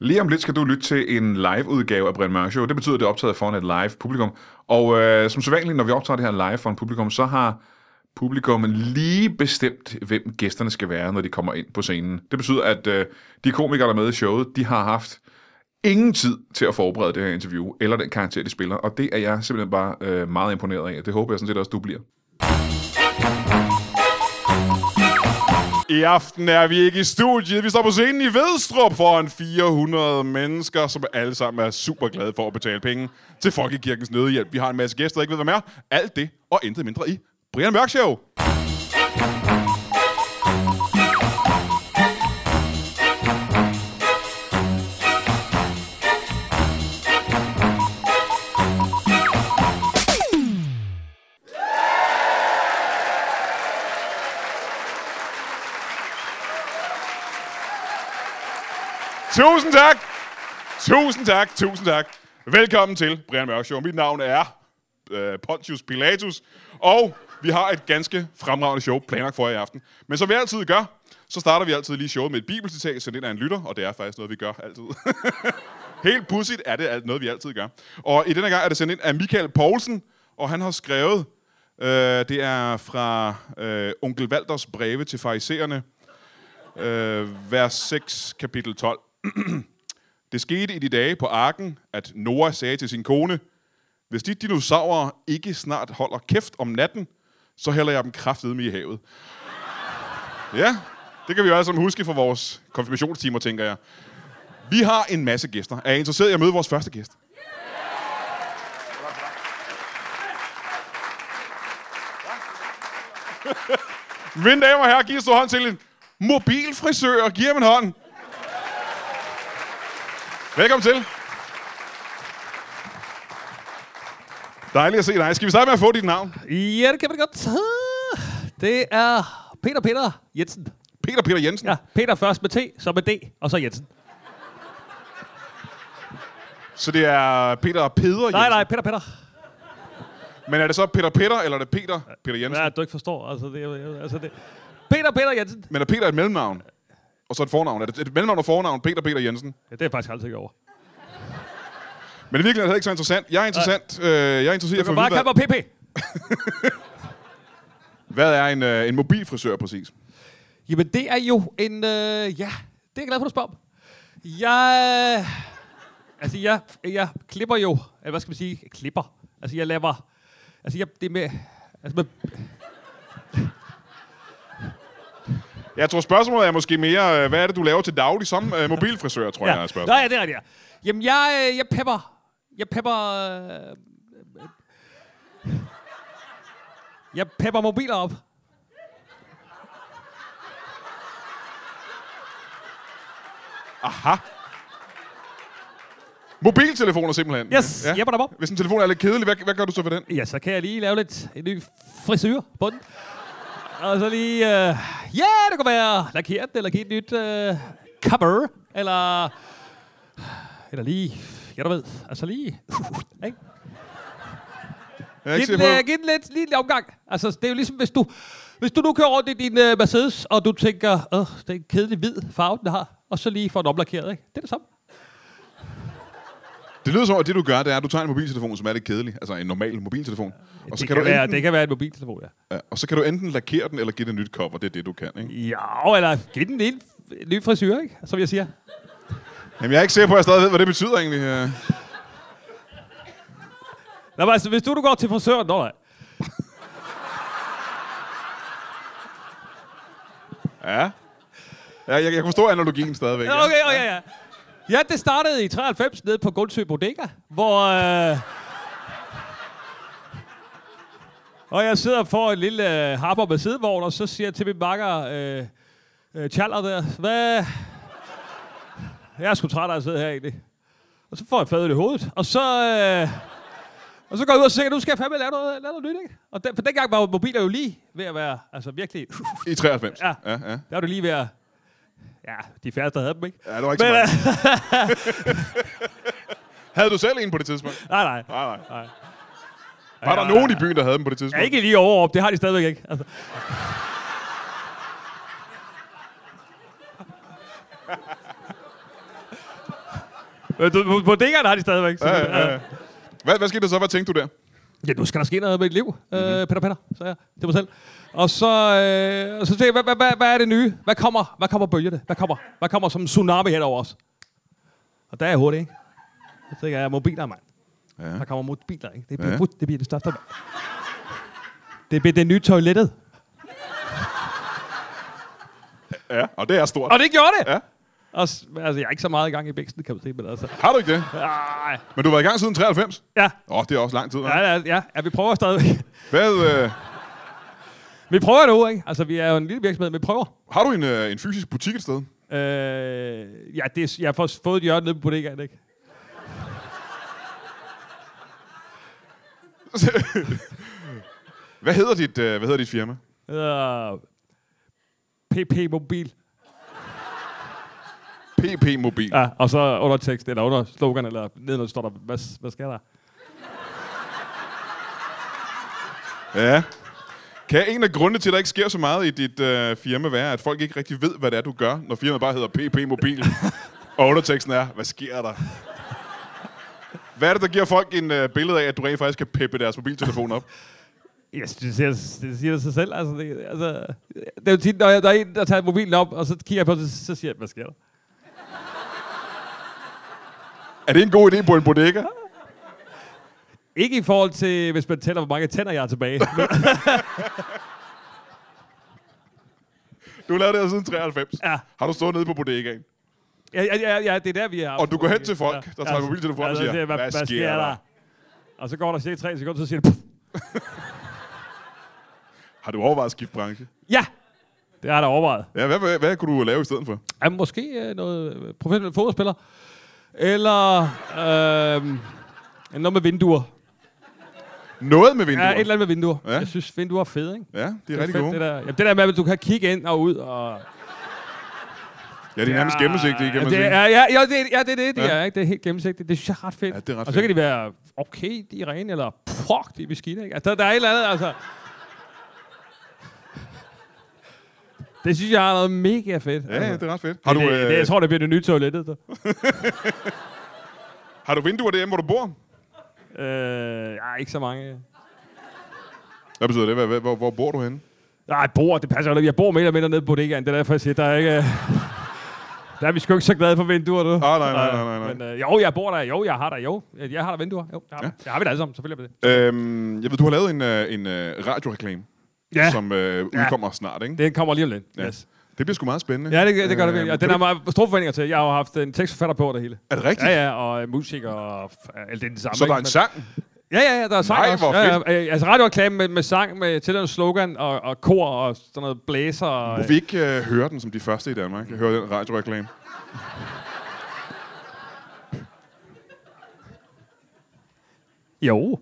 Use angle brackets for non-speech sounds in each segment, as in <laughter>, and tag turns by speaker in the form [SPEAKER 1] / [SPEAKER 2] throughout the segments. [SPEAKER 1] Lige om lidt skal du lytte til en live-udgave af Brian Mørk Show. Det betyder, at det er optaget foran et live publikum. Og øh, som sædvanligt, når vi optager det her live foran publikum, så har publikum lige bestemt, hvem gæsterne skal være, når de kommer ind på scenen. Det betyder, at øh, de komikere, der er med i showet, de har haft ingen tid til at forberede det her interview, eller den karakter, de spiller. Og det er jeg simpelthen bare øh, meget imponeret af. Det håber jeg sådan set også, du bliver. I aften er vi ikke i studiet. Vi står på scenen i Vedstrup foran 400 mennesker, som alle sammen er super glade for at betale penge til Folkekirkens Nødhjælp. Vi har en masse gæster, der ikke ved, hvad mere. Alt det og intet mindre i Brian Mørk Show. Tusind tak. Tusind tak. Tusind tak. Velkommen til Brian Mørk Show. Mit navn er øh, Pontius Pilatus, og vi har et ganske fremragende show planlagt for jer i aften. Men som vi altid gør, så starter vi altid lige showet med et bibelcitat, sendt ind af en lytter, og det er faktisk noget, vi gør altid. <laughs> Helt pudsigt er det alt- noget, vi altid gør. Og i denne gang er det sendt ind af Michael Poulsen, og han har skrevet, øh, det er fra øh, onkel Valders breve til farisererne, øh, vers 6, kapitel 12. det skete i de dage på arken, at Noah sagde til sin kone, hvis de dinosaurer ikke snart holder kæft om natten, så hælder jeg dem kraftedeme i havet. Ja, det kan vi jo alle sammen huske fra vores konfirmationstimer, tænker jeg. Vi har en masse gæster. Er I interesseret i at møde vores første gæst? Mine damer og herrer, giv en stor hånd til en mobilfrisør. Giv ham en hånd. Velkommen til. Dejligt at se dig. Skal vi starte med at få dit navn?
[SPEAKER 2] Ja, det kan man godt. Det er Peter Peter Jensen.
[SPEAKER 1] Peter Peter Jensen.
[SPEAKER 2] Ja, Peter først med T, så med D, og så Jensen.
[SPEAKER 1] Så det er Peter Peder Jensen.
[SPEAKER 2] Nej, nej, Peter Peter.
[SPEAKER 1] Men er det så Peter Peter, eller er det Peter Peter Jensen?
[SPEAKER 2] Hvad er det, du ikke forstår? Altså, det, er- altså det. Peter Peter Jensen.
[SPEAKER 1] Men er Peter et mellemnavn? Og så et fornavn. Er det et mellemnavn og fornavn? Peter Peter Jensen.
[SPEAKER 2] Ja, det er jeg faktisk aldrig sikker over.
[SPEAKER 1] Men i virkeligheden er det ikke så interessant. Jeg er interessant. Øh, jeg er interesseret i
[SPEAKER 2] Du
[SPEAKER 1] at få
[SPEAKER 2] kan
[SPEAKER 1] at
[SPEAKER 2] bare
[SPEAKER 1] vide,
[SPEAKER 2] kalde mig PP.
[SPEAKER 1] hvad, hvad er en, øh, en mobilfrisør præcis?
[SPEAKER 2] Jamen, det er jo en... Øh, ja, det er jeg glad for, at du spørger om. Jeg... Altså, jeg, jeg klipper jo... Eller hvad skal man sige? Klipper. Altså, jeg laver... Altså, jeg, det er med... Altså, med,
[SPEAKER 1] Jeg tror, spørgsmålet er måske mere, øh, hvad er det, du laver til daglig som øh, mobilfrisør, tror ja. jeg er spørgsmålet.
[SPEAKER 2] Nå, ja, det er rigtigt, ja. Jamen, jeg, øh, jeg pepper. Jeg pepper... Øh, øh, jeg pepper mobiler op.
[SPEAKER 1] Aha. Mobiltelefoner simpelthen.
[SPEAKER 2] Yes, ja. jepper dem op.
[SPEAKER 1] Hvis en telefon er lidt kedelig, hvad, hvad gør du så ved den?
[SPEAKER 2] Ja, så kan jeg lige lave lidt en ny frisyr på den. Og så lige... Øh, ja, det kunne være lakere den, eller give et nyt øh, cover. Eller... Eller lige... Ja, du ved. Altså lige... <laughs> ikke?
[SPEAKER 1] Jeg er ikke
[SPEAKER 2] Giv
[SPEAKER 1] sikker
[SPEAKER 2] den, øh,
[SPEAKER 1] på.
[SPEAKER 2] giv den lidt, lige en omgang. Altså, det er jo ligesom, hvis du, hvis du nu kører rundt i din øh, Mercedes, og du tænker, åh, det er en kedelig hvid farve, den har, og så lige får den omlakeret, ikke? Det er det samme.
[SPEAKER 1] Det lyder som, at det du gør, det er, at du tager en mobiltelefon, som er lidt kedelig. Altså en normal mobiltelefon. Og så
[SPEAKER 2] det,
[SPEAKER 1] kan,
[SPEAKER 2] kan
[SPEAKER 1] du
[SPEAKER 2] være,
[SPEAKER 1] enten,
[SPEAKER 2] det kan være en mobiltelefon, ja.
[SPEAKER 1] ja, og så kan du enten lakere den, eller give den et nyt cover. Det er det, du kan, ikke?
[SPEAKER 2] Ja, eller giv den en en ny frisyr, ikke? Som jeg siger.
[SPEAKER 1] Jamen, jeg er ikke sikker på, at jeg stadig ved, hvad det betyder egentlig. øh.
[SPEAKER 2] Nå, men altså, hvis du nu går til frisøren, nå nej.
[SPEAKER 1] Ja. Ja, jeg, jeg kan forstå analogien stadigvæk.
[SPEAKER 2] Ja, okay, okay, ja. Ja, det startede i 93 nede på Guldsø Bodega, hvor... Øh, og jeg sidder for en lille øh, harper med sidevogn, og så siger jeg til min makker, øh, øh, Tjaller der, hvad... Jeg er sgu træt af at sidde her egentlig. Og så får jeg fadet i hovedet, og så... Øh, og så går jeg ud og tænker, nu skal jeg fandme lave noget, lave noget nyt, ikke? Og den, for dengang var jo mobiler jo lige ved at være, altså virkelig,
[SPEAKER 1] I 93.
[SPEAKER 2] Ja.
[SPEAKER 1] Ja, ja.
[SPEAKER 2] der var du lige ved at, ja, de færreste der havde dem, ikke?
[SPEAKER 1] ja det var ikke så
[SPEAKER 2] Men, øh,
[SPEAKER 1] meget. Havde du selv en på det tidspunkt?
[SPEAKER 2] Nej, nej.
[SPEAKER 1] Nej, nej.
[SPEAKER 2] Nej.
[SPEAKER 1] Var der
[SPEAKER 2] Ja,
[SPEAKER 1] nogen i byen, der havde dem på det
[SPEAKER 2] Ja,
[SPEAKER 1] tidspunkt?
[SPEAKER 2] ikke lige overop. Det har de stadigvæk ikke. Altså. Men Øh, du- På bodegerne har de stadigvæk. Så,
[SPEAKER 1] Ja, ja, ja. Hvad, hvad skete der så? Hvad tænkte du der?
[SPEAKER 2] Ja, nu skal der ske noget med mit liv, mm-hmm. øh, Peter Peter, sagde jeg til mig selv. Og så, øh, og så tænkte jeg, hvad, hvad, hvad, hvad er det nye? Hvad kommer, hvad kommer bølgerne? Hvad kommer, hvad kommer som en tsunami henover os? Og der er jeg hurtigt, ikke? Så tænker jeg, mobiler, mand. Ja. Der kommer mobiler, ikke? Det bliver,
[SPEAKER 1] Ja.
[SPEAKER 2] ja. det bliver det største, mand. Det bliver det nye toilettet.
[SPEAKER 1] Ja, og det er stort.
[SPEAKER 2] Og det gjorde det!
[SPEAKER 1] Ja.
[SPEAKER 2] Og, s- altså, jeg er ikke så meget i gang i bæksten, kan man se, men altså...
[SPEAKER 1] Har du ikke det?
[SPEAKER 2] Ej,
[SPEAKER 1] Men du har været i gang siden 93?
[SPEAKER 2] ja,
[SPEAKER 1] Åh, oh, det er også lang tid. hva'?
[SPEAKER 2] ja, ja, ja, ja, vi prøver stadigvæk.
[SPEAKER 1] Hvad, øh,
[SPEAKER 2] <laughs> Vi prøver nu, ikke? Altså, vi er jo en lille virksomhed, men vi prøver.
[SPEAKER 1] har du en, øh, en fysisk butik et sted?
[SPEAKER 2] Øh, ja, det, er- jeg har fået- fået et hjørne nede på bodegaen, ikke?
[SPEAKER 1] <laughs> Hvad hedder dit, øh, hvad hedder dit firma?
[SPEAKER 2] Øh, PP Mobil.
[SPEAKER 1] PP Mobil.
[SPEAKER 2] Ja, og så under tekst, eller under slogan, eller nedenunder står der, hvad, hvad skal der?
[SPEAKER 1] Ja. Kan en af grundene til, at der ikke sker så meget i dit øh, firma være, at folk ikke rigtig ved, hvad det er, du gør, når firmaet bare hedder PP
[SPEAKER 2] <laughs>
[SPEAKER 1] Mobil? og underteksten er, hvad sker der? Hvad er det, der giver folk en øh, billede af, at du rent faktisk kan peppe deres mobiltelefon op?
[SPEAKER 2] Jeg synes, det, siger, det siger sig selv. Altså, det, altså, det er jo tit, når jeg, der er en, der tager mobilen op, og så kigger jeg på det, så, så siger jeg, hvad sker der?
[SPEAKER 1] Er det en god idé på en bodega?
[SPEAKER 2] Ikke i forhold til, hvis man tæller, hvor mange tænder jeg har tilbage. Men,
[SPEAKER 1] Du har lavet det her siden 93.
[SPEAKER 2] Ja.
[SPEAKER 1] Har du stået nede på bodegaen?
[SPEAKER 2] ja, ja, ja, ja, det er der, vi er.
[SPEAKER 1] Og du går hen til folk, der tager mobiltelefonen frem og siger,
[SPEAKER 2] hvad,
[SPEAKER 1] "Hvad
[SPEAKER 2] hvad, sker,
[SPEAKER 1] sker der?"
[SPEAKER 2] der? Og så går der cirka tre sekunder, så siger det, "Puff."
[SPEAKER 1] Har du overvejet at skifte branche?
[SPEAKER 2] ja, det har jeg da overvejet.
[SPEAKER 1] Ja, hvad, hvad, hvad kunne du lave i stedet for?
[SPEAKER 2] Ja, måske øh, noget øh, professionel fodboldspiller. Eller øh, noget med vinduer.
[SPEAKER 1] Noget med vinduer.
[SPEAKER 2] Ja, et eller andet med vinduer.
[SPEAKER 1] Ja.
[SPEAKER 2] Ja. Jeg synes, vinduer er fede, ikke?
[SPEAKER 1] Ja, de er,
[SPEAKER 2] Det
[SPEAKER 1] rigtig
[SPEAKER 2] fedt,
[SPEAKER 1] gode.
[SPEAKER 2] Det der, jamen, det der med, at du kan kigge ind og ud. Og,
[SPEAKER 1] Ja, de er nærmest gennemsigtige, kan man
[SPEAKER 2] det
[SPEAKER 1] sige.
[SPEAKER 2] er, ja, jo, det, er- ja, det er det, de
[SPEAKER 1] Ja.
[SPEAKER 2] ja. er. Ikke? Det er helt gennemsigtigt. Det synes jeg er ret fedt.
[SPEAKER 1] Ja, det er ret
[SPEAKER 2] og så
[SPEAKER 1] fedt.
[SPEAKER 2] kan de være, okay, de er rene, eller fuck, de er beskidte. Ikke? Altså, der, der er et eller andet, altså. Det synes jeg er noget mega fedt.
[SPEAKER 1] Ja, ja,
[SPEAKER 2] altså.
[SPEAKER 1] det er ret fedt. Har du,
[SPEAKER 2] det, det,
[SPEAKER 1] øh,
[SPEAKER 2] jeg tror, det bliver det nye toilettet. Der.
[SPEAKER 1] har du vinduer derhjemme, hvor du bor?
[SPEAKER 2] Øh, ja, ikke så mange.
[SPEAKER 1] Hvad betyder det? Hvad, hvad, hvor, hvor bor du henne?
[SPEAKER 2] Nej, bor, det passer jo ikke. Jeg bor mere eller mindre nede på bodegaen. Det er derfor, jeg siger, der er ikke... <laughs> øh, Der er vi sgu ikke så glade for vinduer, du.
[SPEAKER 1] Ah, nej, nej, nej, nej, nej.
[SPEAKER 2] Men, øh, jo, jeg bor der. Jo, jeg har der. Jo, jeg har der vinduer. Jo, det har, ja. jeg har vi det alle sammen. Selvfølgelig har vi det.
[SPEAKER 1] Øhm, jeg ved, du har lavet en, øh, en øh, radioreklame,
[SPEAKER 2] Ja, Som.
[SPEAKER 1] som øh, udkommer snart, ikke? Det,
[SPEAKER 2] den kommer lige om lidt.
[SPEAKER 1] Ja.
[SPEAKER 2] Ja. Yes.
[SPEAKER 1] det bliver sgu meget spændende.
[SPEAKER 2] Ja, det, det gør det virkelig.
[SPEAKER 1] Øhm,
[SPEAKER 2] Og
[SPEAKER 1] kan
[SPEAKER 2] den har
[SPEAKER 1] du-
[SPEAKER 2] meget store forventninger til. Jeg har jo haft en tekstforfatter på og det hele.
[SPEAKER 1] Er det rigtigt?
[SPEAKER 2] Ja, ja, og øh, musik og f- alt det, det samme.
[SPEAKER 1] Så der er en
[SPEAKER 2] ikke? Men-
[SPEAKER 1] sang?
[SPEAKER 2] Ja, ja, ja, der er sang
[SPEAKER 1] Nej,
[SPEAKER 2] også.
[SPEAKER 1] hvor
[SPEAKER 2] ja, ja, øh, altså radioreklame med, med sang, med tilhørende slogan og, og kor og sådan noget blæser. Og,
[SPEAKER 1] Må vi ikke øh, høre den som de første i Danmark? Høre den radioreklame?
[SPEAKER 2] Jo.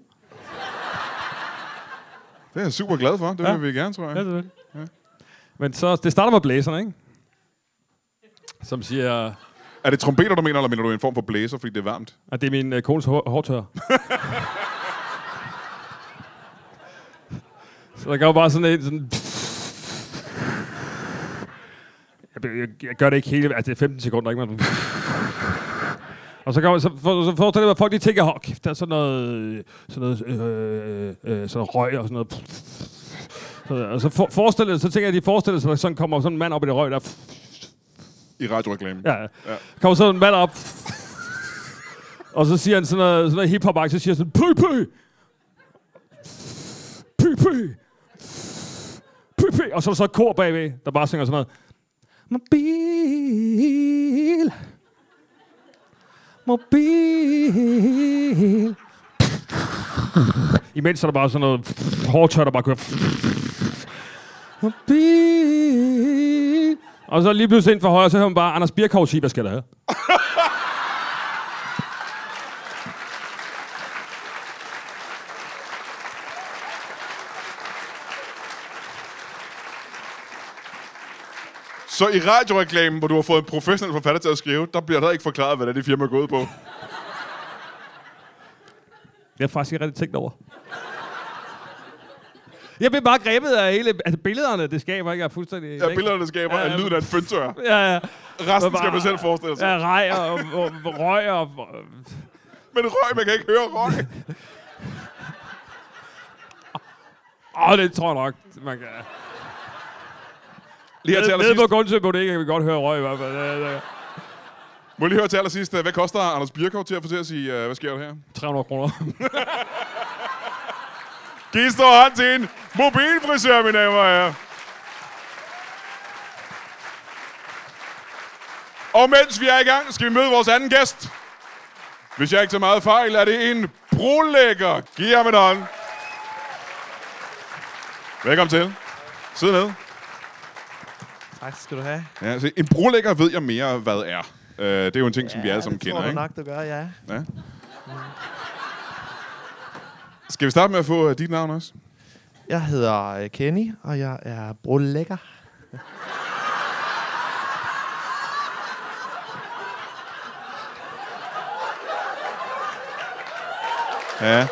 [SPEAKER 1] Det er jeg super glad for. Det
[SPEAKER 2] Ja.
[SPEAKER 1] vil vi gerne, tror jeg.
[SPEAKER 2] Ja, selvfølgelig. Ja. Men så, det starter med blæserne, ikke? Som siger,
[SPEAKER 1] Er det trompeter, du mener, eller mener du en form for blæser, fordi det er varmt?
[SPEAKER 2] at det er min øh, kones hår- hårtørrer. så der går bare sådan en sådan... Jeg, be- jeg, jeg gør det ikke hele... Altså, det er 15 sekunder, ikke? Man... Og så, kommer, så, for, så forestiller jeg mig, at folk de tænker, åh, kæft, der er sådan noget, sådan noget, øh, øh, sådan noget røg og sådan noget. Så, og så for, forestiller, så tænker jeg, at de forestiller sig, at sådan kommer sådan en mand op i det røg, der
[SPEAKER 1] I radioreklamen?
[SPEAKER 2] Ja. ja. Kommer sådan en mand op. og så siger han sådan noget, sådan noget hiphop så siger han sådan, pø, pø. Pø, pø. Pø, pø. Og så er der så et kor bagved, der bare synger sådan noget. Mobil. Mobil. Imens er der bare sådan noget hårdtør, der bare kører. Mobil. Og så lige pludselig ind for højre, så hører man bare Anders Birkov sige, hvad skal der have?
[SPEAKER 1] Så i radioreklamen, hvor du har fået en professionel forfatter til at skrive, der bliver der ikke forklaret, hvad det er, det firma er gået på.
[SPEAKER 2] Det har jeg faktisk ikke rigtig tænkt over. Jeg blev bare grebet af hele... Altså, billederne, det skaber ikke. Jeg er fuldstændig...
[SPEAKER 1] Ja, billederne skaber,
[SPEAKER 2] Ja,
[SPEAKER 1] at
[SPEAKER 2] ja.
[SPEAKER 1] lyden af en føntør.
[SPEAKER 2] Ja, ja.
[SPEAKER 1] Resten
[SPEAKER 2] Bare-
[SPEAKER 1] skal man selv forestille sig.
[SPEAKER 2] Ja, rej og, og, og røg og... og-
[SPEAKER 1] Men røg, man kan ikke høre røg.
[SPEAKER 2] Åh, det tror jeg nok, man kan...
[SPEAKER 1] Lige her til
[SPEAKER 2] Nede
[SPEAKER 1] allersidst.
[SPEAKER 2] på Gundsø Bodega kan vi godt høre røg i hvert fald. Det er-
[SPEAKER 1] Må jeg lige høre til allersidst. øh, Hvad koster Anders Birkov til at få til at sige, øh, hvad sker der her?
[SPEAKER 2] 300 kroner.
[SPEAKER 1] Giv stor hånd til en mobilfrisør, mine damer og herrer. Og mens vi er i gang, skal vi møde vores anden gæst. Hvis jeg ikke tager meget fejl, er det en brolægger. Giv ham en hånd. Velkommen til. Sid ned.
[SPEAKER 3] Tak skal du have.
[SPEAKER 1] Ja, altså, en brolægger ved jeg mere, hvad er. Uh, det er jo en ting, ja, som vi alle sammen
[SPEAKER 3] det tror
[SPEAKER 1] kender,
[SPEAKER 3] du
[SPEAKER 1] ikke?
[SPEAKER 3] nok, du gør, ja.
[SPEAKER 1] Ja. Skal vi starte med at få øh, dit navn også?
[SPEAKER 3] Jeg hedder øh, Kenny, og jeg er brolækker.
[SPEAKER 1] Ja.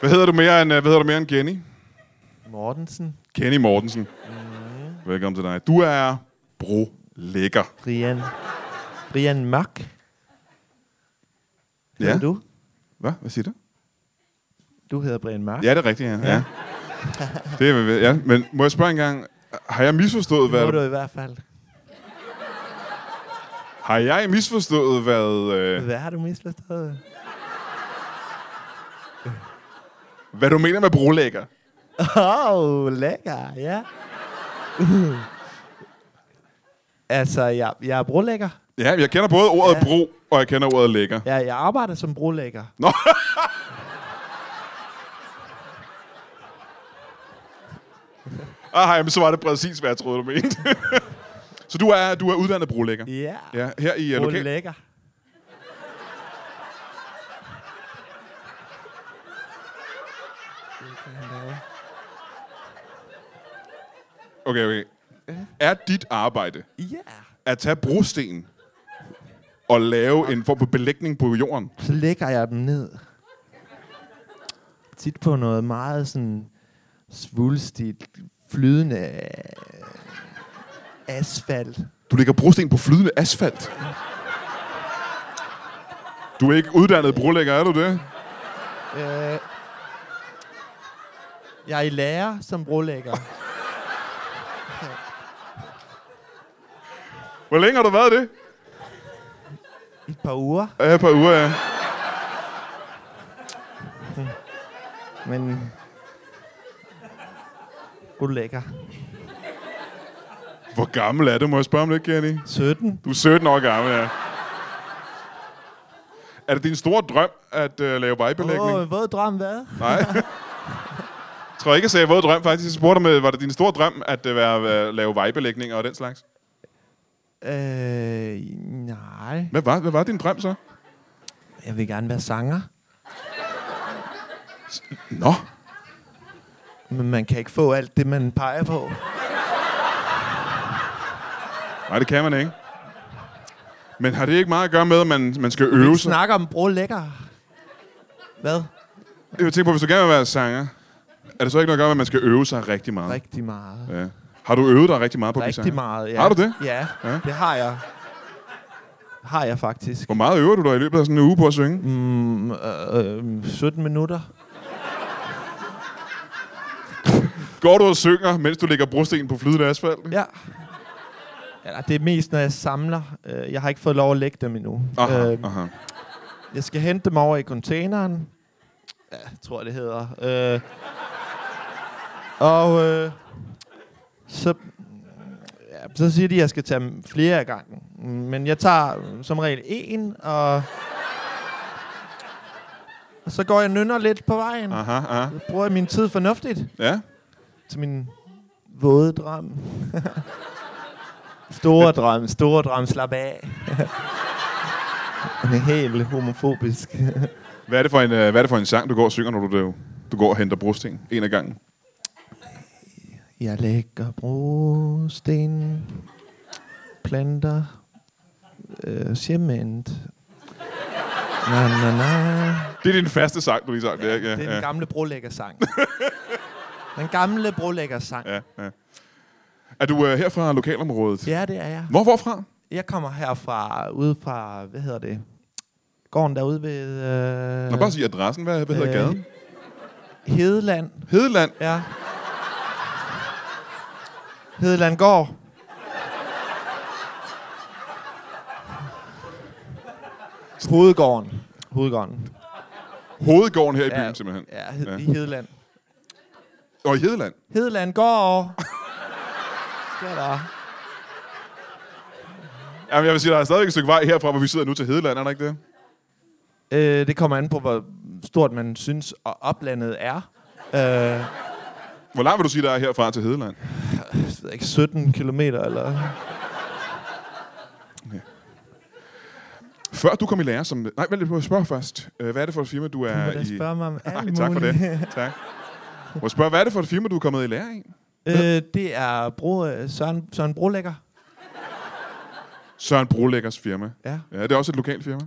[SPEAKER 1] Hvad hedder du mere end, øh, hvad hedder du mere end Kenny?
[SPEAKER 3] Mortensen,
[SPEAKER 1] Kenny Mortensen.
[SPEAKER 3] Mm-hmm.
[SPEAKER 1] Velkommen til dig. Du er bro lækker.
[SPEAKER 3] Brian, Brian Mørk, hedder du.
[SPEAKER 1] Hvad? Hvad siger du?
[SPEAKER 3] Du hedder Brian Mørk.
[SPEAKER 1] Ja, det er rigtigt, ja. ja. det er, ja. Men må jeg spørge en gang, har jeg misforstået,
[SPEAKER 3] det
[SPEAKER 1] hvad...
[SPEAKER 3] må du i hvert fald.
[SPEAKER 1] Har jeg misforstået, hvad, øh,
[SPEAKER 3] Hvad har du misforstået?
[SPEAKER 1] hvad du mener med brolækker?
[SPEAKER 3] Åh, oh, lækker, ja. <laughs> altså, jeg, jeg er brolækker.
[SPEAKER 1] Ja, jeg kender både ordet
[SPEAKER 3] Ja.
[SPEAKER 1] bro, og jeg kender ordet lækker.
[SPEAKER 3] Ja, jeg arbejder som brolækker.
[SPEAKER 1] Nå. Ah, jamen, så var det præcis, hvad jeg troede, du mente. <laughs> så du er, du er uddannet brolægger?
[SPEAKER 3] Ja,
[SPEAKER 1] Ja, her i uh, lokal...
[SPEAKER 3] brolækker.
[SPEAKER 1] Okay, okay. Er dit arbejde
[SPEAKER 3] Ja,
[SPEAKER 1] at tage brosten og lave en form for belægning på jorden?
[SPEAKER 3] så lægger jeg dem ned. Tit på noget meget sådan svulstigt, flydende øh, asfalt.
[SPEAKER 1] Du lægger brosten på flydende asfalt. Du er ikke uddannet brolægger, er du det?
[SPEAKER 3] Øh, jeg er i lærer som brolægger.
[SPEAKER 1] Hvor længe har du været det?
[SPEAKER 3] Et par uger,
[SPEAKER 1] Ja, et par uger, ja.
[SPEAKER 3] men... Brolægger.
[SPEAKER 1] Hvor gammel er du, må jeg spørge om det, Kenny?
[SPEAKER 3] 17.
[SPEAKER 1] Du er 17 år gammel, ja. Er det din store drøm at øh, lave vejbelægning?
[SPEAKER 3] Åh,
[SPEAKER 1] Oh.
[SPEAKER 3] en våd drøm, hvad?
[SPEAKER 1] Nej. <laughs> Jeg tror ikke, jeg sagde våd drøm, faktisk. Jeg spurgte dig, var det din store drøm at øh, være, øh, lave vejbelægninger og den slags?
[SPEAKER 3] Øh, nej.
[SPEAKER 1] Hvad var, hvad var din drøm så?
[SPEAKER 3] Jeg vil gerne være sanger,
[SPEAKER 1] Nå.
[SPEAKER 3] men man kan ikke få alt det, man peger på.
[SPEAKER 1] Nej, det kan man ikke. Men har det ikke meget at gøre med, at man, man skal øve
[SPEAKER 3] Vi
[SPEAKER 1] sig?
[SPEAKER 3] snakker om brolækker. Hvad?
[SPEAKER 1] Jeg tænker på, hvis du gerne vil være sanger, er det så ikke noget at gøre med, at man skal øve sig rigtig meget?
[SPEAKER 3] Rigtig meget.
[SPEAKER 1] Ja. Har du øvet dig rigtig meget på at blive
[SPEAKER 3] Rigtig
[SPEAKER 1] sanger?
[SPEAKER 3] meget, ja.
[SPEAKER 1] Har du det?
[SPEAKER 3] Ja,
[SPEAKER 1] Ja.
[SPEAKER 3] det har jeg. Har jeg faktisk.
[SPEAKER 1] Hvor meget øver du dig i løbet af sådan en uge på at synge?
[SPEAKER 3] Mm, øh, øh, 17 minutter.
[SPEAKER 1] Går du og synger, mens du lægger brosten på flydende asfalt?
[SPEAKER 3] Ja. Eller, det er mest, når jeg samler. Øh, Jeg har ikke fået lov at lægge dem endnu.
[SPEAKER 1] Aha,
[SPEAKER 3] Øh,
[SPEAKER 1] aha.
[SPEAKER 3] Jeg skal hente dem over i containeren. Ja, jeg tror jeg, det hedder. Øh. Og øh, så, ja, så siger de, at jeg skal tage dem flere af gangen. Men jeg tager øh, som regel en, og, og så går jeg og nynner lidt på vejen. Ah.
[SPEAKER 1] Aha, aha.
[SPEAKER 3] Så bruger jeg min tid fornuftigt
[SPEAKER 1] Ja.
[SPEAKER 3] til min våde drøm. <laughs> store drøm, store drøm, slap af. <laughs> Den er helt homofobisk.
[SPEAKER 1] Hvad er, det for en, øh, hvad er det for en sang, du går og synger, når du, øh, du går og henter brosten en af gangen?
[SPEAKER 3] Jeg lægger brosten, planter, øh, cement. Na, na, na.
[SPEAKER 1] Det er din faste sang, du lige sang. Det er, ikke? ja,
[SPEAKER 3] Det er
[SPEAKER 1] ja.
[SPEAKER 3] den gamle <laughs> brolæggersang. den gamle brolæggersang.
[SPEAKER 1] Ja, ja. Er du øh, her fra lokalområdet?
[SPEAKER 3] Ja, det er jeg.
[SPEAKER 1] Hvor, hvorfra?
[SPEAKER 3] Jeg kommer herfra, ude fra, hvad hedder det? Gården derude ved... Øh,
[SPEAKER 1] Nå, bare sig adressen. Hvad, hvad hedder
[SPEAKER 3] Øh.
[SPEAKER 1] gaden?
[SPEAKER 3] Hedeland.
[SPEAKER 1] Hedeland.
[SPEAKER 3] Ja. Hedeland Gård. Hovedgården. Hovedgården.
[SPEAKER 1] Hovedgården her i byen,
[SPEAKER 3] Ja.
[SPEAKER 1] simpelthen.
[SPEAKER 3] Ja, hed,
[SPEAKER 1] Ja.
[SPEAKER 3] i Hedeland.
[SPEAKER 1] Og i Hedeland.
[SPEAKER 3] Hedeland Gård. Skal der.
[SPEAKER 1] Jamen, jeg vil sige, der er stadigvæk et stykke vej herfra, hvor vi sidder nu til Hedeland, er der ikke det?
[SPEAKER 3] Øh, det kommer an på, hvor stort man synes, og oplandet er. Øh,
[SPEAKER 1] Hvor langt vil du sige, der er herfra til Hedeland?
[SPEAKER 3] jeg ved ikke, 17 kilometer eller...
[SPEAKER 1] Før du kom i lære som... Nej, vent lidt, må jeg spørge først. Øh, Hvad er det for et firma, du
[SPEAKER 3] Ja,
[SPEAKER 1] er
[SPEAKER 3] du må da
[SPEAKER 1] i...
[SPEAKER 3] spørge mig om
[SPEAKER 1] <laughs>
[SPEAKER 3] alt
[SPEAKER 1] Nej, tak for
[SPEAKER 3] muligt.
[SPEAKER 1] det. Tak. Må jeg spørge, hvad er det for et firma, du er kommet i lære i?
[SPEAKER 3] Øh, det er bro, øh, Søren, Søren Brolægger.
[SPEAKER 1] Søren Brolæggers firma.
[SPEAKER 3] Ja.
[SPEAKER 1] Ja, det er også et lokalt firma.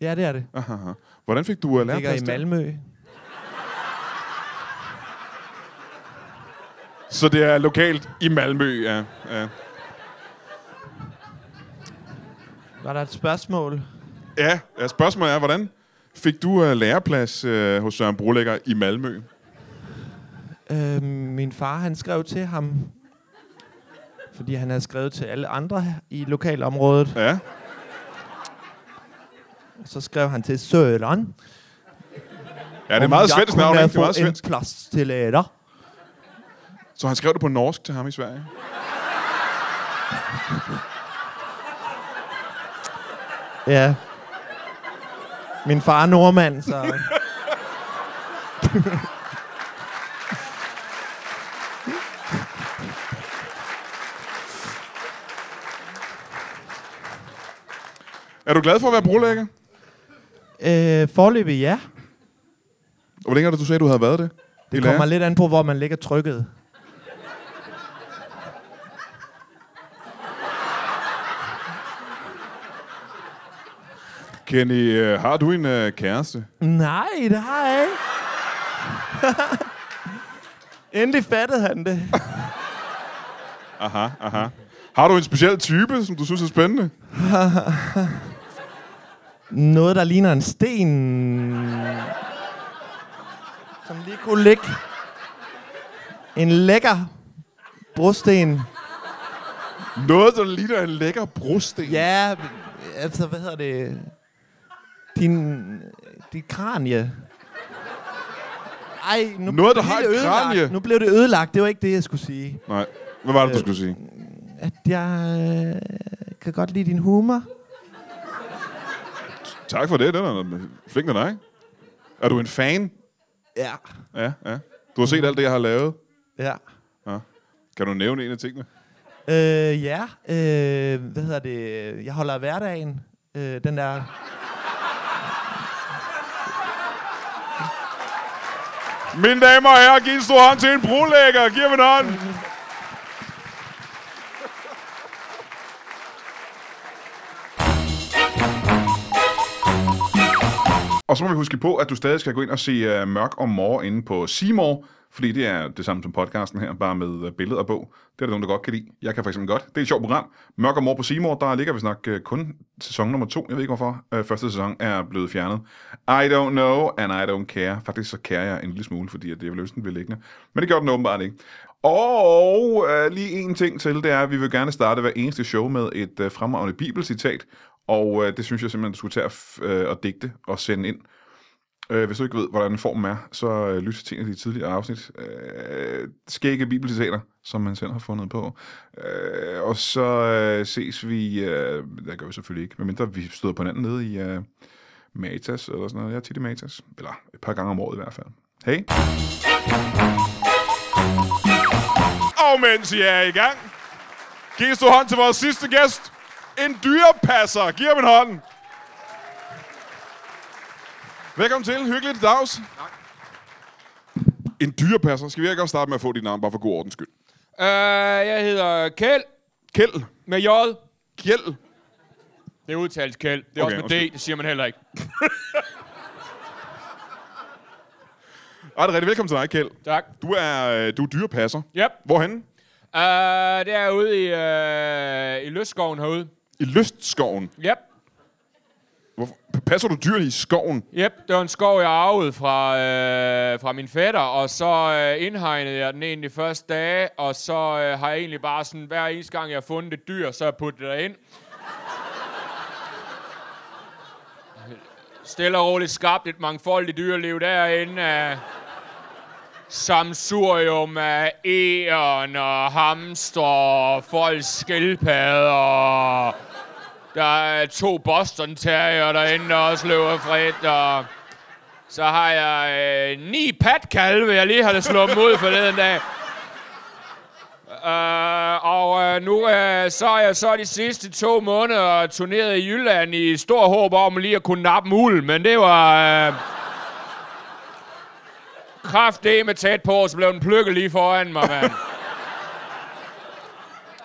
[SPEAKER 3] ja, det er det.
[SPEAKER 1] Aha, aha. Hvordan fik du uh,
[SPEAKER 3] Ligger
[SPEAKER 1] læreplads
[SPEAKER 3] i
[SPEAKER 1] der?
[SPEAKER 3] Malmø.
[SPEAKER 1] Så det er lokalt i Malmø, ja. ja.
[SPEAKER 3] Var der et spørgsmål?
[SPEAKER 1] Ja, ja spørgsmålet er, hvordan fik du uh, læreplads uh, hos Søren Brolægger i Malmø?
[SPEAKER 3] Øh, min far, han skrev til ham, fordi han havde skrevet til alle andre i lokalområdet.
[SPEAKER 1] Ja.
[SPEAKER 3] Så skrev han til Søren.
[SPEAKER 1] Ja, det er meget svensk navn, ikke? Det er meget
[SPEAKER 3] Jeg kunne
[SPEAKER 1] svensk.
[SPEAKER 3] få en plads til æder.
[SPEAKER 1] Så han skrev det på norsk til ham i Sverige.
[SPEAKER 3] Ja. Min far er
[SPEAKER 1] <laughs>
[SPEAKER 3] nordmand, så...
[SPEAKER 1] Er du glad for at være brolægger?
[SPEAKER 3] øh, forløbig, ja.
[SPEAKER 1] Og hvor længe er det, du sagde, du havde været det? I
[SPEAKER 3] Det
[SPEAKER 1] lære?
[SPEAKER 3] kommer lidt an på, hvor man lægger trykket.
[SPEAKER 1] Kenny, øh, har du en øh, kæreste?
[SPEAKER 3] Nej, det har jeg ikke. <laughs> Endelig fattede han det.
[SPEAKER 1] Aha, aha. Har du en speciel type, som du synes er spændende?
[SPEAKER 3] Noget, der ligner en sten. Som lige kunne ligge. En lækker brosten.
[SPEAKER 1] Noget, der ligner en lækker brosten.
[SPEAKER 3] Ja, altså, hvad hedder det? Din, dit kranie. Ej, nu blev
[SPEAKER 1] der
[SPEAKER 3] det
[SPEAKER 1] har
[SPEAKER 3] hele
[SPEAKER 1] et kranie.
[SPEAKER 3] Ødelagt. Nu blev det ødelagt. Det var ikke det, jeg skulle sige.
[SPEAKER 1] Nej. Hvad var det, du skulle sige?
[SPEAKER 3] At jeg øh, kan godt lide din humor.
[SPEAKER 1] Tak for det, den er flink af dig. Er du en fan?
[SPEAKER 3] Ja.
[SPEAKER 1] Ja, ja. Du har set alt det, jeg har lavet.
[SPEAKER 3] Ja.
[SPEAKER 1] Ja. Kan du nævne en af tingene?
[SPEAKER 3] Øh, ja. Øh, hvad hedder det? Jeg holder af hverdagen. Øh, den der...
[SPEAKER 1] Mine damer og herrer, giv en stor hånd til en brolægger. Giv ham en hånd. Og så må vi huske på, at du stadig skal gå ind og se uh, Mørk og Mor inde på Seymour, fordi det er det samme som podcasten her, bare med uh, billeder og bog. Det er der nogen, der godt kan lide. Jeg kan for eksempel godt. Det er et sjovt program. Mørk og Mor på Seymour, der ligger vi nok uh, kun sæson nummer to. Jeg ved ikke hvorfor. Uh, første sæson er blevet fjernet. I don't know, and I don't care. Faktisk så kærer jeg en lille smule, fordi at det er vel løsningen, vi liggende. Men det gør den åbenbart ikke. Og øh, lige en ting til, det er, at vi vil gerne starte hver eneste show med et øh, fremragende bibelcitat, og øh, det synes jeg simpelthen, du skulle tage at, f- øh, og digte og sende ind. Øh, hvis du ikke ved, hvordan formen er, så øh, lyt til en af de tidligere afsnit. Øh, skægge bibelcitater, som man selv har fundet på. Øh, og så øh, ses vi, øh, det gør vi selvfølgelig ikke, medmindre vi støder på hinanden nede i øh, Matas eller sådan noget. Jeg er tit i Matas, eller et par gange om året i hvert fald. Hej! Og mens I er i gang, giv en stor hånd til vores sidste gæst. En dyrepasser. Giv ham en hånd. Velkommen til. Hyggeligt dags.
[SPEAKER 4] Øh,
[SPEAKER 1] Tak. En dyrepasser. Skal vi ikke godt starte med at få dit navn, bare for god ordens skyld?
[SPEAKER 4] Øh, jeg hedder Kjeld
[SPEAKER 1] Kjeld.
[SPEAKER 4] med J.
[SPEAKER 1] Kjeld.
[SPEAKER 4] Det udtales Kjeld. Det er
[SPEAKER 1] Okay,
[SPEAKER 4] okay, også med
[SPEAKER 1] undskyld.
[SPEAKER 4] D, det siger man heller ikke.
[SPEAKER 5] Ej, det er rigtigt. Velkommen til dig, Kjeld.
[SPEAKER 4] Tak.
[SPEAKER 5] Du er, øh, du er dyrepasser.
[SPEAKER 4] Yep.
[SPEAKER 5] Hvorhen?
[SPEAKER 4] Uh, det er ude i, uh, i Løsskoven herude.
[SPEAKER 5] I lystskoven.
[SPEAKER 4] Yep.
[SPEAKER 5] Hvorfor? Passer du dyrene i skoven?
[SPEAKER 4] Yep, det var en skov, jeg arvede fra, øh, fra min fætter, og så øh, indhegnede jeg den egentlig første dag, og så øh, har jeg egentlig bare sådan, hver eneste gang jeg har fundet et dyr, så har jeg puttet det ind. Stille og roligt skabt et mangfoldigt dyreliv derinde. Øh, samsurium af æren og hamster og folks skildpadder. Der er to Boston Terrier derinde, der også løber frit, og så har jeg øh, ni patkalve, jeg lige har slået dem ud forleden dag. Uh, og øh, nu øh, så er jeg så de sidste to måneder turneret i Jylland i stor håb om lige at kunne nappe mulen, men det var øh, kraftedeme tæt på, og så blev den plukket lige foran mig, mand.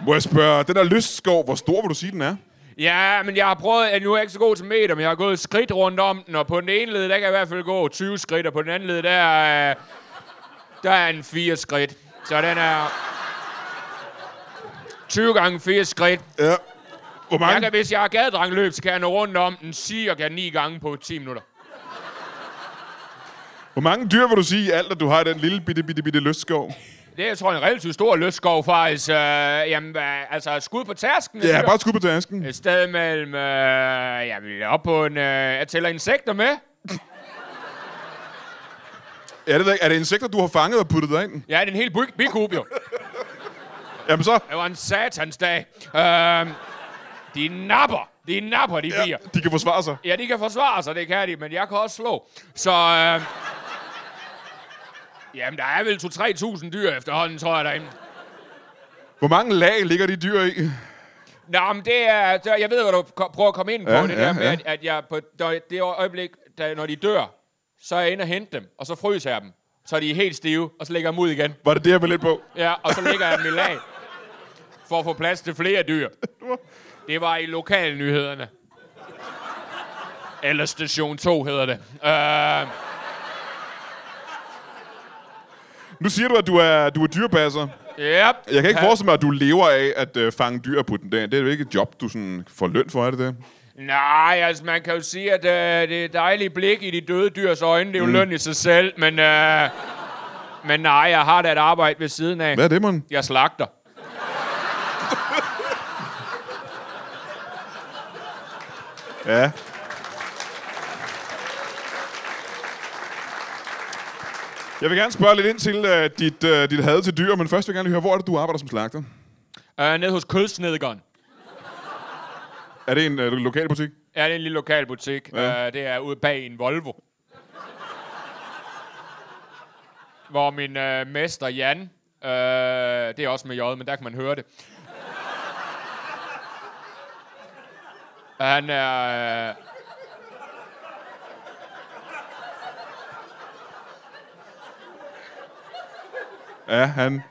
[SPEAKER 5] Må jeg spørge, den der lystskov, hvor stor vil du sige, den er?
[SPEAKER 4] Ja, men jeg har prøvet, nu er jeg ikke så god til meter, men jeg har gået et skridt rundt om den, og på den ene led, der kan jeg i hvert fald gå 20 skridt, og på den anden led, der er, der er en 4 skridt. Så den er 20 gange 4 skridt.
[SPEAKER 5] Ja. Hvor
[SPEAKER 4] Jeg
[SPEAKER 5] mange?
[SPEAKER 4] kan, hvis jeg har gadedrangløb, så kan jeg nå rundt om den cirka 9 gange på 10 minutter.
[SPEAKER 5] Hvor mange dyr vil du sige i alt, at du har i den lille bitte, bitte, bitte lystskov?
[SPEAKER 4] Det er, jeg tror, en relativt stor løsskov, faktisk. Øh, jamen, øh, altså, skud på tasken.
[SPEAKER 5] Ja, bare skud på tasken.
[SPEAKER 4] Et sted mellem... Øh, jamen, op på en... Øh, jeg tæller insekter med.
[SPEAKER 5] Er det, er det insekter, du har fanget og puttet derind?
[SPEAKER 4] Ja, det er en hel bi- bikub, jo.
[SPEAKER 5] Jamen så,
[SPEAKER 4] Det var en satans dag. Øhm, de napper. De napper, de bier.
[SPEAKER 5] ja, de kan forsvare sig.
[SPEAKER 4] Ja, de kan forsvare sig, det kan de, men jeg kan også slå. Så, øhm, Jamen, der er vel 2-3.000 dyr efterhånden, tror jeg, derinde.
[SPEAKER 5] Hvor mange lag ligger de dyr i?
[SPEAKER 4] Nå, men det er... det er- Jeg ved, hvad du ko- prøver at komme ind på,
[SPEAKER 5] Ja,
[SPEAKER 4] det
[SPEAKER 5] ja,
[SPEAKER 4] der med,
[SPEAKER 5] ja.
[SPEAKER 4] at, at jeg på der- det øjeblik, da, når de dør, så er jeg inde og hente dem, og så fryser jeg dem. Så er de helt stive, og så lægger jeg dem ud igen.
[SPEAKER 5] Var det det, jeg var lidt på?
[SPEAKER 4] Ja, og så ligger jeg dem i lag, for at få plads til flere dyr. Det var i lokalnyhederne. Eller station 2 hedder det. Øh,
[SPEAKER 5] Nu siger du, at du er, du er dyrepasser.
[SPEAKER 4] yep.
[SPEAKER 5] Jeg kan ikke forestille mig, at du lever af at øh, fange dyr på den dag. Det er jo ikke et job, du sådan får løn for, er det det?
[SPEAKER 4] Nej, altså man kan jo sige, at øh, det er dejlige blik i de døde dyrs øjne. Det er jo mm. løn i sig selv, men, øh, men nej, jeg har da et arbejde ved siden af.
[SPEAKER 5] Hvad er det, man?
[SPEAKER 4] Jeg slagter.
[SPEAKER 5] Ja. Jeg vil gerne spørge lidt ind til uh, dit, uh, dit had til dyr, men først vil jeg gerne høre, hvor er det, du arbejder som slagter?
[SPEAKER 4] Øh, ned hos kødsnedgeren.
[SPEAKER 5] Er det en uh, lokal butik?
[SPEAKER 4] Ja, det er en lille lokal butik.
[SPEAKER 5] Ja.
[SPEAKER 4] Ja. Øh, det er ude bag en Volvo. Hvor min øh, mester Jan, øh, det er også med J, men der kan man høre det. Han er... Øh,
[SPEAKER 5] Ja, han.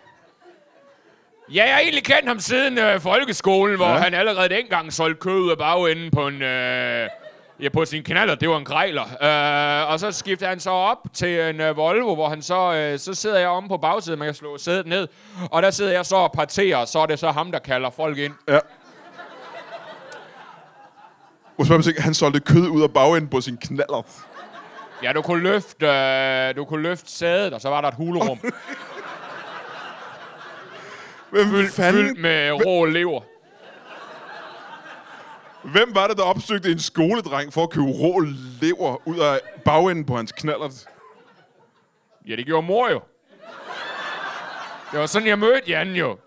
[SPEAKER 4] Ja, jeg har egentlig kendt ham siden øh, folkeskolen, hvor
[SPEAKER 5] Ja.
[SPEAKER 4] ja. han allerede dengang solgte kød ud af bagenden på en... Øh, ja, på sin knaller, det var en grejler. Øh, og så skiftede han så op til en øh, Volvo, hvor han så... Øh, så sidder jeg omme på bagsiden, man kan slå sædet ned. Og der sidder jeg så og parterer, og så er det så ham, der kalder folk ind.
[SPEAKER 5] Ja. Må jeg spørge om en ting? Han solgte kød ud af bagenden på sin knaller.
[SPEAKER 4] Ja, du kunne løfte, øh, du kunne løfte sædet, og så var der et hulrum
[SPEAKER 5] Hvem,
[SPEAKER 4] fyldt
[SPEAKER 5] fanden,
[SPEAKER 4] med rå lever.
[SPEAKER 5] hvem var det, der opsøgte en skoledreng for at købe rå lever ud af bagenden på hans knaller?
[SPEAKER 4] Ja, det gjorde mor jo. Det var sådan, jeg mødte Jan jo.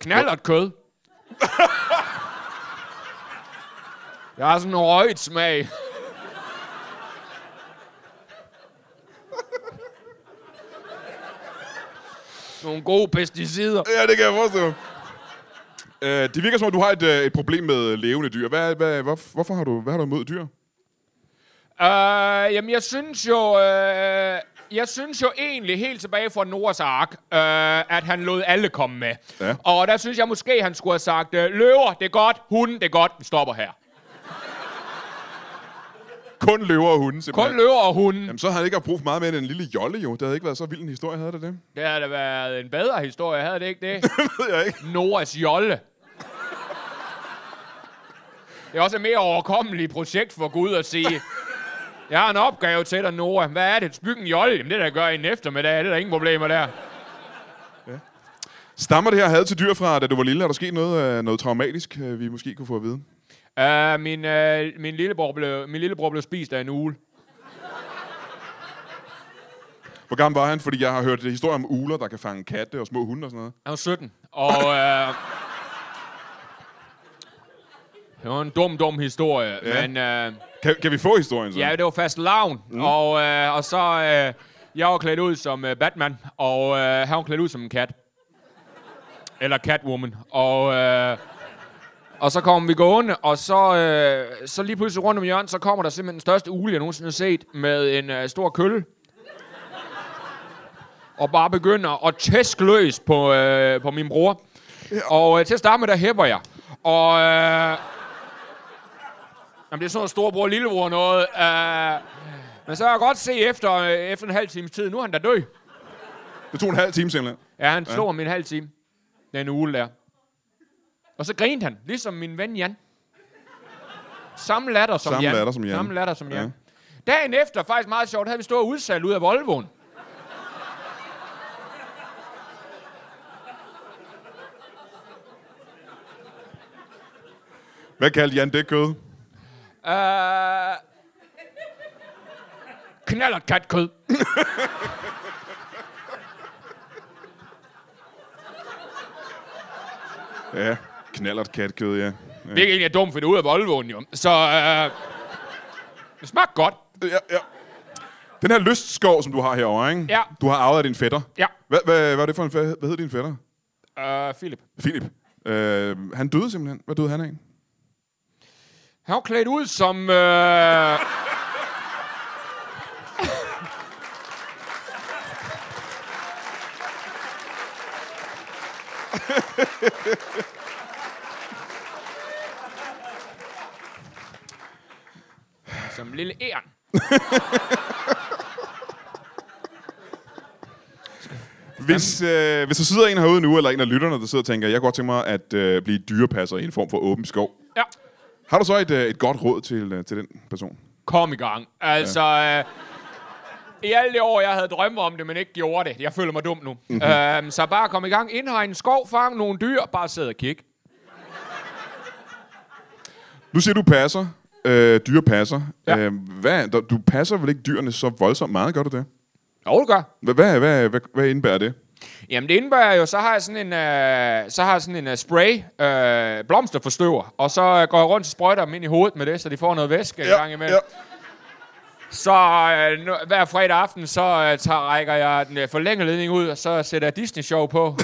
[SPEAKER 4] Knallert kød. Jeg har sådan en røget smag. Nogle gode pesticider.
[SPEAKER 5] Ja, det kan jeg forestille mig. Øh, det virker som om, du har et, øh, et problem med levende dyr. Hvad, hvad, hvor, hvorfor har du, hvad har du imod dyr?
[SPEAKER 4] Øh, jamen, jeg synes jo... Øh, jeg synes jo egentlig, helt tilbage fra Noras Ark, øh, at han lod alle komme med.
[SPEAKER 5] Ja.
[SPEAKER 4] Og der synes jeg måske, han skulle have sagt, øh, løver, det er godt, hunden, det er godt, vi stopper her.
[SPEAKER 5] Kun løver og hunde, simpelthen.
[SPEAKER 4] Kun løver og hunden.
[SPEAKER 5] Jamen, så havde jeg ikke haft brug for meget mere end en lille jolle, jo. Det havde ikke været så vild en historie, havde det <laughs> det?
[SPEAKER 4] Det havde da været en bedre historie, havde det ikke
[SPEAKER 5] <laughs>
[SPEAKER 4] det?
[SPEAKER 5] det ved jeg ikke.
[SPEAKER 4] Noras jolle. Det er også et mere overkommeligt projekt for Gud at sige. Jeg har en opgave til dig, Nora. Hvad er det? Byg en jolle? Jamen, det der gør jeg i en eftermiddag. Det er der ingen problemer der.
[SPEAKER 5] Stammer det her had til dyr fra, da du var lille? Er der sket noget, øh, noget traumatisk, øh, vi måske kunne få at vide?
[SPEAKER 4] Uh, min, uh, min, lillebror blev, min lillebror blev spist af en ule.
[SPEAKER 5] Hvor gammel var han? Fordi jeg har hørt historier om uler, der kan fange katte og små hunde og sådan noget.
[SPEAKER 4] Han var 17. Og øh, det var en dum, dum historie.
[SPEAKER 5] Ja.
[SPEAKER 4] Ja. Men øh,
[SPEAKER 5] Kan, kan vi få historien så?
[SPEAKER 4] ja, det var fast lavn. Mm. Og, øh, og så... Øh, jeg var klædt ud som øh, Batman, og øh, han var klædt ud som en kat. Eller Catwoman. Og, øh, og så kommer vi gående, og så, øh, så lige pludselig rundt om hjørnet, så kommer der simpelthen den største ule, jeg nogensinde har set, med en øh, stor kølle. og bare begynder at tæske løs på, øh, på min bror. Og øh, til at starte med, der hæpper jeg. Og... Øh, jamen, det er sådan noget storebror og lillebror noget. Øh, men så kan jeg godt se efter, øh, efter en halv times tid, nu er han da død.
[SPEAKER 5] Det tog en halv time simpelthen.
[SPEAKER 4] Ja, han slog ja. ham i en halv time. Den uge der. Og så grinede han, ligesom min ven Jan. Samme latter som
[SPEAKER 5] Samme
[SPEAKER 4] Jan.
[SPEAKER 5] latter som Jan.
[SPEAKER 4] Samme latter som Jan.
[SPEAKER 5] Ja.
[SPEAKER 4] Ja. Dagen efter, faktisk meget sjovt, havde vi stået udsat ud af Volvoen.
[SPEAKER 5] Hvad kaldte Jan det kød?
[SPEAKER 4] Øh... Knaller katkød.
[SPEAKER 5] Ja, knallert katkød, ja.
[SPEAKER 4] Det er ikke egentlig dumt, for det er ud af Volvoen jo. Så øh... det smagte godt.
[SPEAKER 5] ja, ja. Den her lystskov, som du har herovre, ikke?
[SPEAKER 4] Ja.
[SPEAKER 5] Du har arvet af din fætter.
[SPEAKER 4] Ja.
[SPEAKER 5] Hvad, hvad, hvad er det for en fætter? Hvad hedder din fætter?
[SPEAKER 4] Øh, Philip.
[SPEAKER 5] Philip. Øh, han døde simpelthen. Hvad døde han af?
[SPEAKER 4] Han var klædt ud som... Øh... som lille æren.
[SPEAKER 5] Hvis, øh, hvis der sidder en herude nu, eller en af lytterne, der sidder og tænker, jeg kunne godt tænke mig at øh, blive dyrepasser i en form for åben skov.
[SPEAKER 4] Ja.
[SPEAKER 5] Har du så et, øh, et godt råd til, øh, til den person?
[SPEAKER 4] Kom i gang. Altså... Øh... I alle de år, jeg havde drømme om det, men ikke gjorde det. Jeg føler mig dum nu. Mm-hmm. Øhm, så bare kom i gang. Indhegn en skov, fang nogle dyr, bare sidde og kigge.
[SPEAKER 5] Nu siger du passer. Øh, dyrepasser.
[SPEAKER 4] Ja.
[SPEAKER 5] Øh, hvad, der- du passer vel ikke dyrene så voldsomt meget, gør du det?
[SPEAKER 4] Jo, det gør.
[SPEAKER 5] Hvad, hvad, hvad, hvad, hvad indebærer det?
[SPEAKER 4] Jamen det indebærer jo, så har jeg sådan en, øh, så har jeg sådan en øh, spray, øh, blomsterforstøver, og så øh, går jeg rundt og sprøjter dem ind i hovedet med det, så de får noget væske ja, gang imellem. Ja. Så øh, nu, hver fredag aften, så øh, tager, rækker jeg den øh, forlængede ledning ud, og så sætter jeg Disney-show på.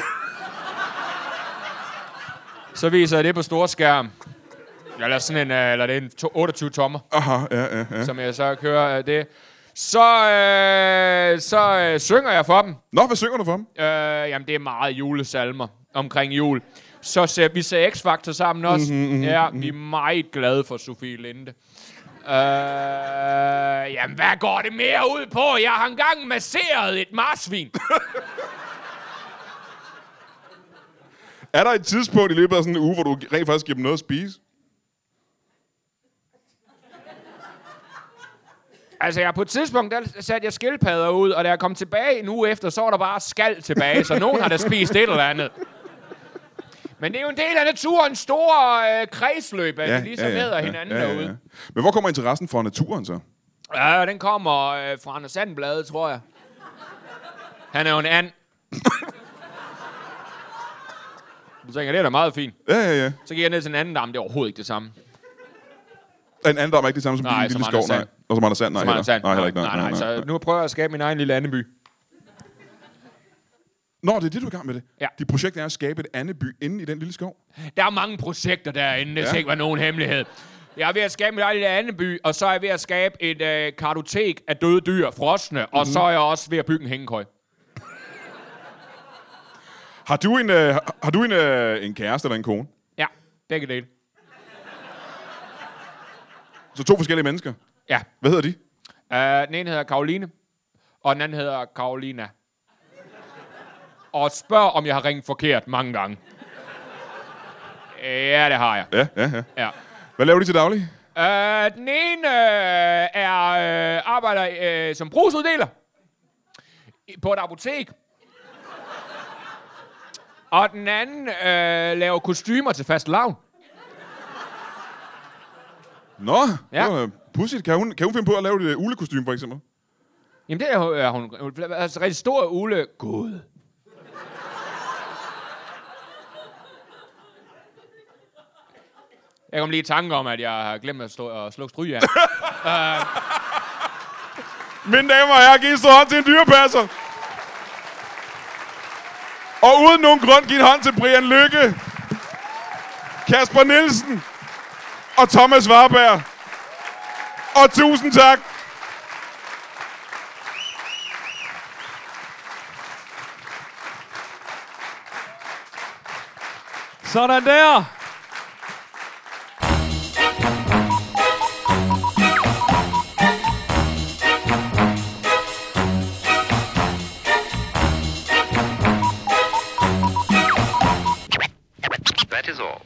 [SPEAKER 4] så viser jeg det på storskærm. Eller sådan en, øh, eller det er en to- 28 tommer
[SPEAKER 5] Aha, ja, ja, ja.
[SPEAKER 4] som jeg så kører øh, det. Så, øh, så øh, synger jeg for dem.
[SPEAKER 5] Nå, hvad synger du for ham?
[SPEAKER 4] Øh, jamen, det er meget julesalmer omkring jul. Så ser, vi ser X-Factor sammen også. Mm-hmm, mm-hmm, ja, vi er meget glade for Sofie Linde. Øh, jamen, hvad går det mere ud på? Jeg har engang masseret et marsvin.
[SPEAKER 5] Er der et tidspunkt i løbet af sådan en uge, hvor du rent faktisk giver dem noget at spise?
[SPEAKER 4] altså, jeg på et tidspunkt, der satte jeg skildpadder ud, og da jeg kom tilbage en uge efter, så var der bare skald tilbage, så nogen har da spist et eller andet. Men det er jo en del af naturens store øh, kredsløb, at ja, vi ligesom ja, ja, hedder hinanden ja, ja, ja. derude.
[SPEAKER 5] Men hvor kommer interessen fra naturen så?
[SPEAKER 4] Ja, den kommer øh, fra Anders Sandblad, tror jeg. Han er jo en and. Du tænker, det er da meget fint.
[SPEAKER 5] Ja, ja, ja.
[SPEAKER 4] Så gik jeg ned til en anden dam, det er overhovedet ikke det samme.
[SPEAKER 5] En anden, der er ikke det samme som
[SPEAKER 4] Nej,
[SPEAKER 5] din
[SPEAKER 4] som
[SPEAKER 5] lille
[SPEAKER 4] Anders
[SPEAKER 5] skov. Nej,
[SPEAKER 4] Sand.
[SPEAKER 5] Og som Anders Sand, nej.
[SPEAKER 4] Som Anders
[SPEAKER 5] heller.
[SPEAKER 4] Sand.
[SPEAKER 5] Nej, heller ikke.
[SPEAKER 4] nej, nej, nej, så nu prøver jeg at skabe min egen lille andeby.
[SPEAKER 5] Nå, det er det, du er i gang med det.
[SPEAKER 4] Ja.
[SPEAKER 5] Dit projekt er at skabe et andet by inde i den lille skov.
[SPEAKER 4] Der er mange projekter derinde, det
[SPEAKER 5] Ja.
[SPEAKER 4] ja. ikke var nogen hemmelighed. Jeg er ved at skabe mit eget lille andeby, og så er jeg ved at skabe et øh, kartotek af døde dyr, frosne, mm-hmm.
[SPEAKER 5] Mhm.
[SPEAKER 4] og så er jeg også ved at bygge en hængekøj.
[SPEAKER 5] Har du en, øh, har- har du en, øh, en kæreste eller en kone?
[SPEAKER 4] Ja, begge dele.
[SPEAKER 5] Så to forskellige mennesker.
[SPEAKER 4] Ja.
[SPEAKER 5] Hvad hedder de?
[SPEAKER 4] Uh, den ene hedder Karoline, og den anden hedder Karolina. Og spørg, om jeg har ringet forkert mange gange. Ja, det har jeg.
[SPEAKER 5] Ja, ja, ja.
[SPEAKER 4] Ja.
[SPEAKER 5] Hvad laver de til daglig?
[SPEAKER 4] Øh, den ene øh, er øh, arbejder øh, som brugsuddeler i- på et apotek. Og den anden øh, laver kostymer til fast lavn.
[SPEAKER 5] Nå,
[SPEAKER 4] Ja.
[SPEAKER 5] det var, øh, pudsigt. Kan hun, kan hun finde på at lave det ulekostyme, for eksempel?
[SPEAKER 4] Jamen, det er hun- er hun. hun er altså, rigtig stor ule. Gud. Jeg kom lige i tanke om, at jeg har glemt at, stå, at slukke stryger.
[SPEAKER 5] Mine damer og herrer, giv en stor hånd til en dyrepasser. Og uden nogen grund, giv en hånd til Brian Lykke, Kasper Nielsen og Thomas Warberg. Og tusind tak.
[SPEAKER 2] Sådan der.
[SPEAKER 6] That is all.